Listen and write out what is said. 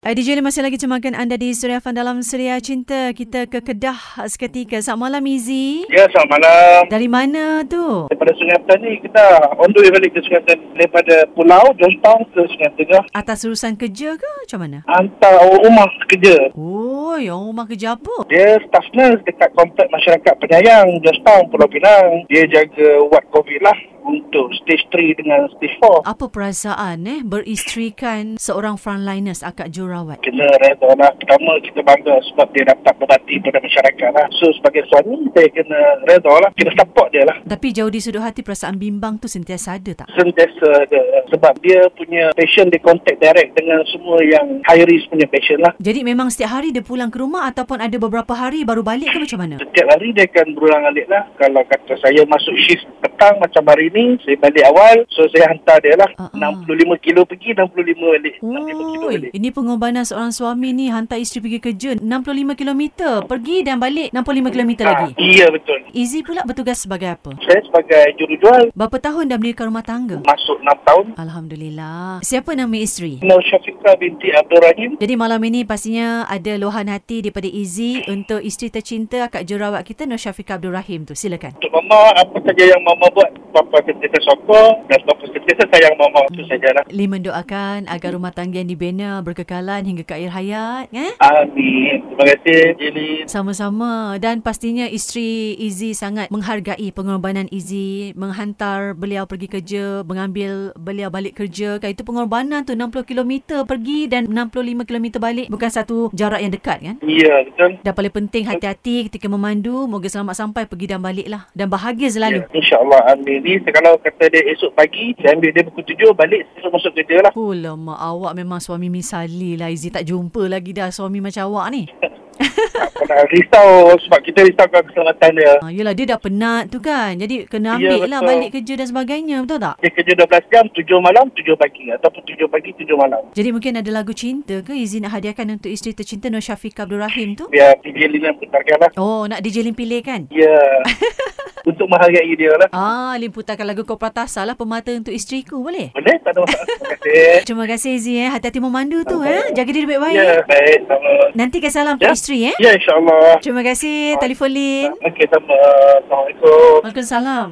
Uh, DJ Lee masih lagi cemakan anda di Suria Fan dalam Suria Cinta. Kita ke Kedah seketika. Selamat malam Izzy. Ya, selamat malam. Dari mana tu? Daripada Sungai Petani, kita on the way balik ke Sungai Petani. Daripada Pulau, Johnstown ke Sungai Tengah. Atas urusan kerja ke macam mana? Hantar orang rumah kerja. Oh, yang rumah kerja apa? Dia staff nurse dekat komplek masyarakat penyayang, Johnstown, Pulau Pinang. Dia jaga ward COVID lah untuk stage 3 dengan stage 4. Apa perasaan eh beristrikan seorang frontliners akak jurawat? Kena reda lah. Pertama, kita bangga sebab dia dapat berbakti pada masyarakat lah. So, sebagai suami, saya kena reda lah. Kena support dia lah. Tapi jauh di sudut hati perasaan bimbang tu sentiasa ada tak? Sentiasa ada. Sebab dia punya passion, dia contact direct dengan semua yang high risk punya passion lah. Jadi memang setiap hari dia pulang ke rumah ataupun ada beberapa hari baru balik ke macam mana? Setiap hari dia akan berulang alik lah. Kalau kata saya masuk shift petang macam hari ni, saya balik awal. So, saya hantar dia lah. Ah, ah. 65 kilo pergi, 65 balik. 65 kilo Oi, balik. ini pengorbanan seorang suami ni hantar isteri pergi kerja 65 km, pergi dan balik 65 km lagi. Ah, iya, betul. Izzy pula bertugas sebagai apa? Saya sebagai jurujual, Berapa tahun dah mendirikan rumah tangga? masuk 6 tahun. Alhamdulillah. Siapa nama isteri? Nur Syafiqah binti Abdul Rahim. Jadi malam ini pastinya ada luahan hati daripada Izzy untuk isteri tercinta akak jerawat kita Nur Syafiqah Abdul Rahim tu. Silakan. Untuk mama, apa saja yang mama buat, papa sentiasa sokong dan papa sentiasa sayang mama. Itu sajalah. Lee mendoakan agar rumah tangga yang dibina berkekalan hingga ke akhir hayat. Eh? Amin. Terima kasih, Jeli. Sama-sama dan pastinya isteri Izzy sangat menghargai pengorbanan Izzy menghantar beliau pergi kerja, mengambil beliau balik kerja. Kan itu pengorbanan tu 60 km pergi dan 65 km balik bukan satu jarak yang dekat kan. Ya, betul. Dan paling penting hati-hati ketika memandu, moga selamat sampai pergi dan balik lah dan bahagia Ya, selalu. InsyaAllah amin ni Kalau kata dia esok pagi Saya ambil dia pukul tujuh Balik saya suruh masuk kerja lah Oh lama awak memang suami misali lah Izzy tak jumpa lagi dah suami macam awak ni. Tak nak risau Sebab kita risaukan keselamatan dia Ha, yelah dia dah penat tu kan. Jadi kena Ya, ambil lah betul. balik kerja dan sebagainya betul tak? Dia kerja 12 jam 7 malam 7 pagi Ataupun 7 pagi 7 malam Jadi mungkin ada lagu cinta ke izin nak hadiahkan untuk isteri tercinta Nur Syafiq Abdul Rahim tu? Biar PJ Lina putarkan lah Oh, nak DJ Lim pilih kan? Ya Untuk menghargai dia lah Ah, Lim putarkan lagu Kau Pratasa lah pemata untuk isteriku boleh? Boleh? Tak ada masalah Terima kasih Terima kasih Izzy eh. Hati-hati memandu tu eh. Jaga diri baik-baik. Ya, baik sama. Nanti kasih salam untuk Ya. isteri eh. Ya, insyaAllah. Terima kasih telefon Lin. Okey, sama. Assalamualaikum. Waalaikumsalam.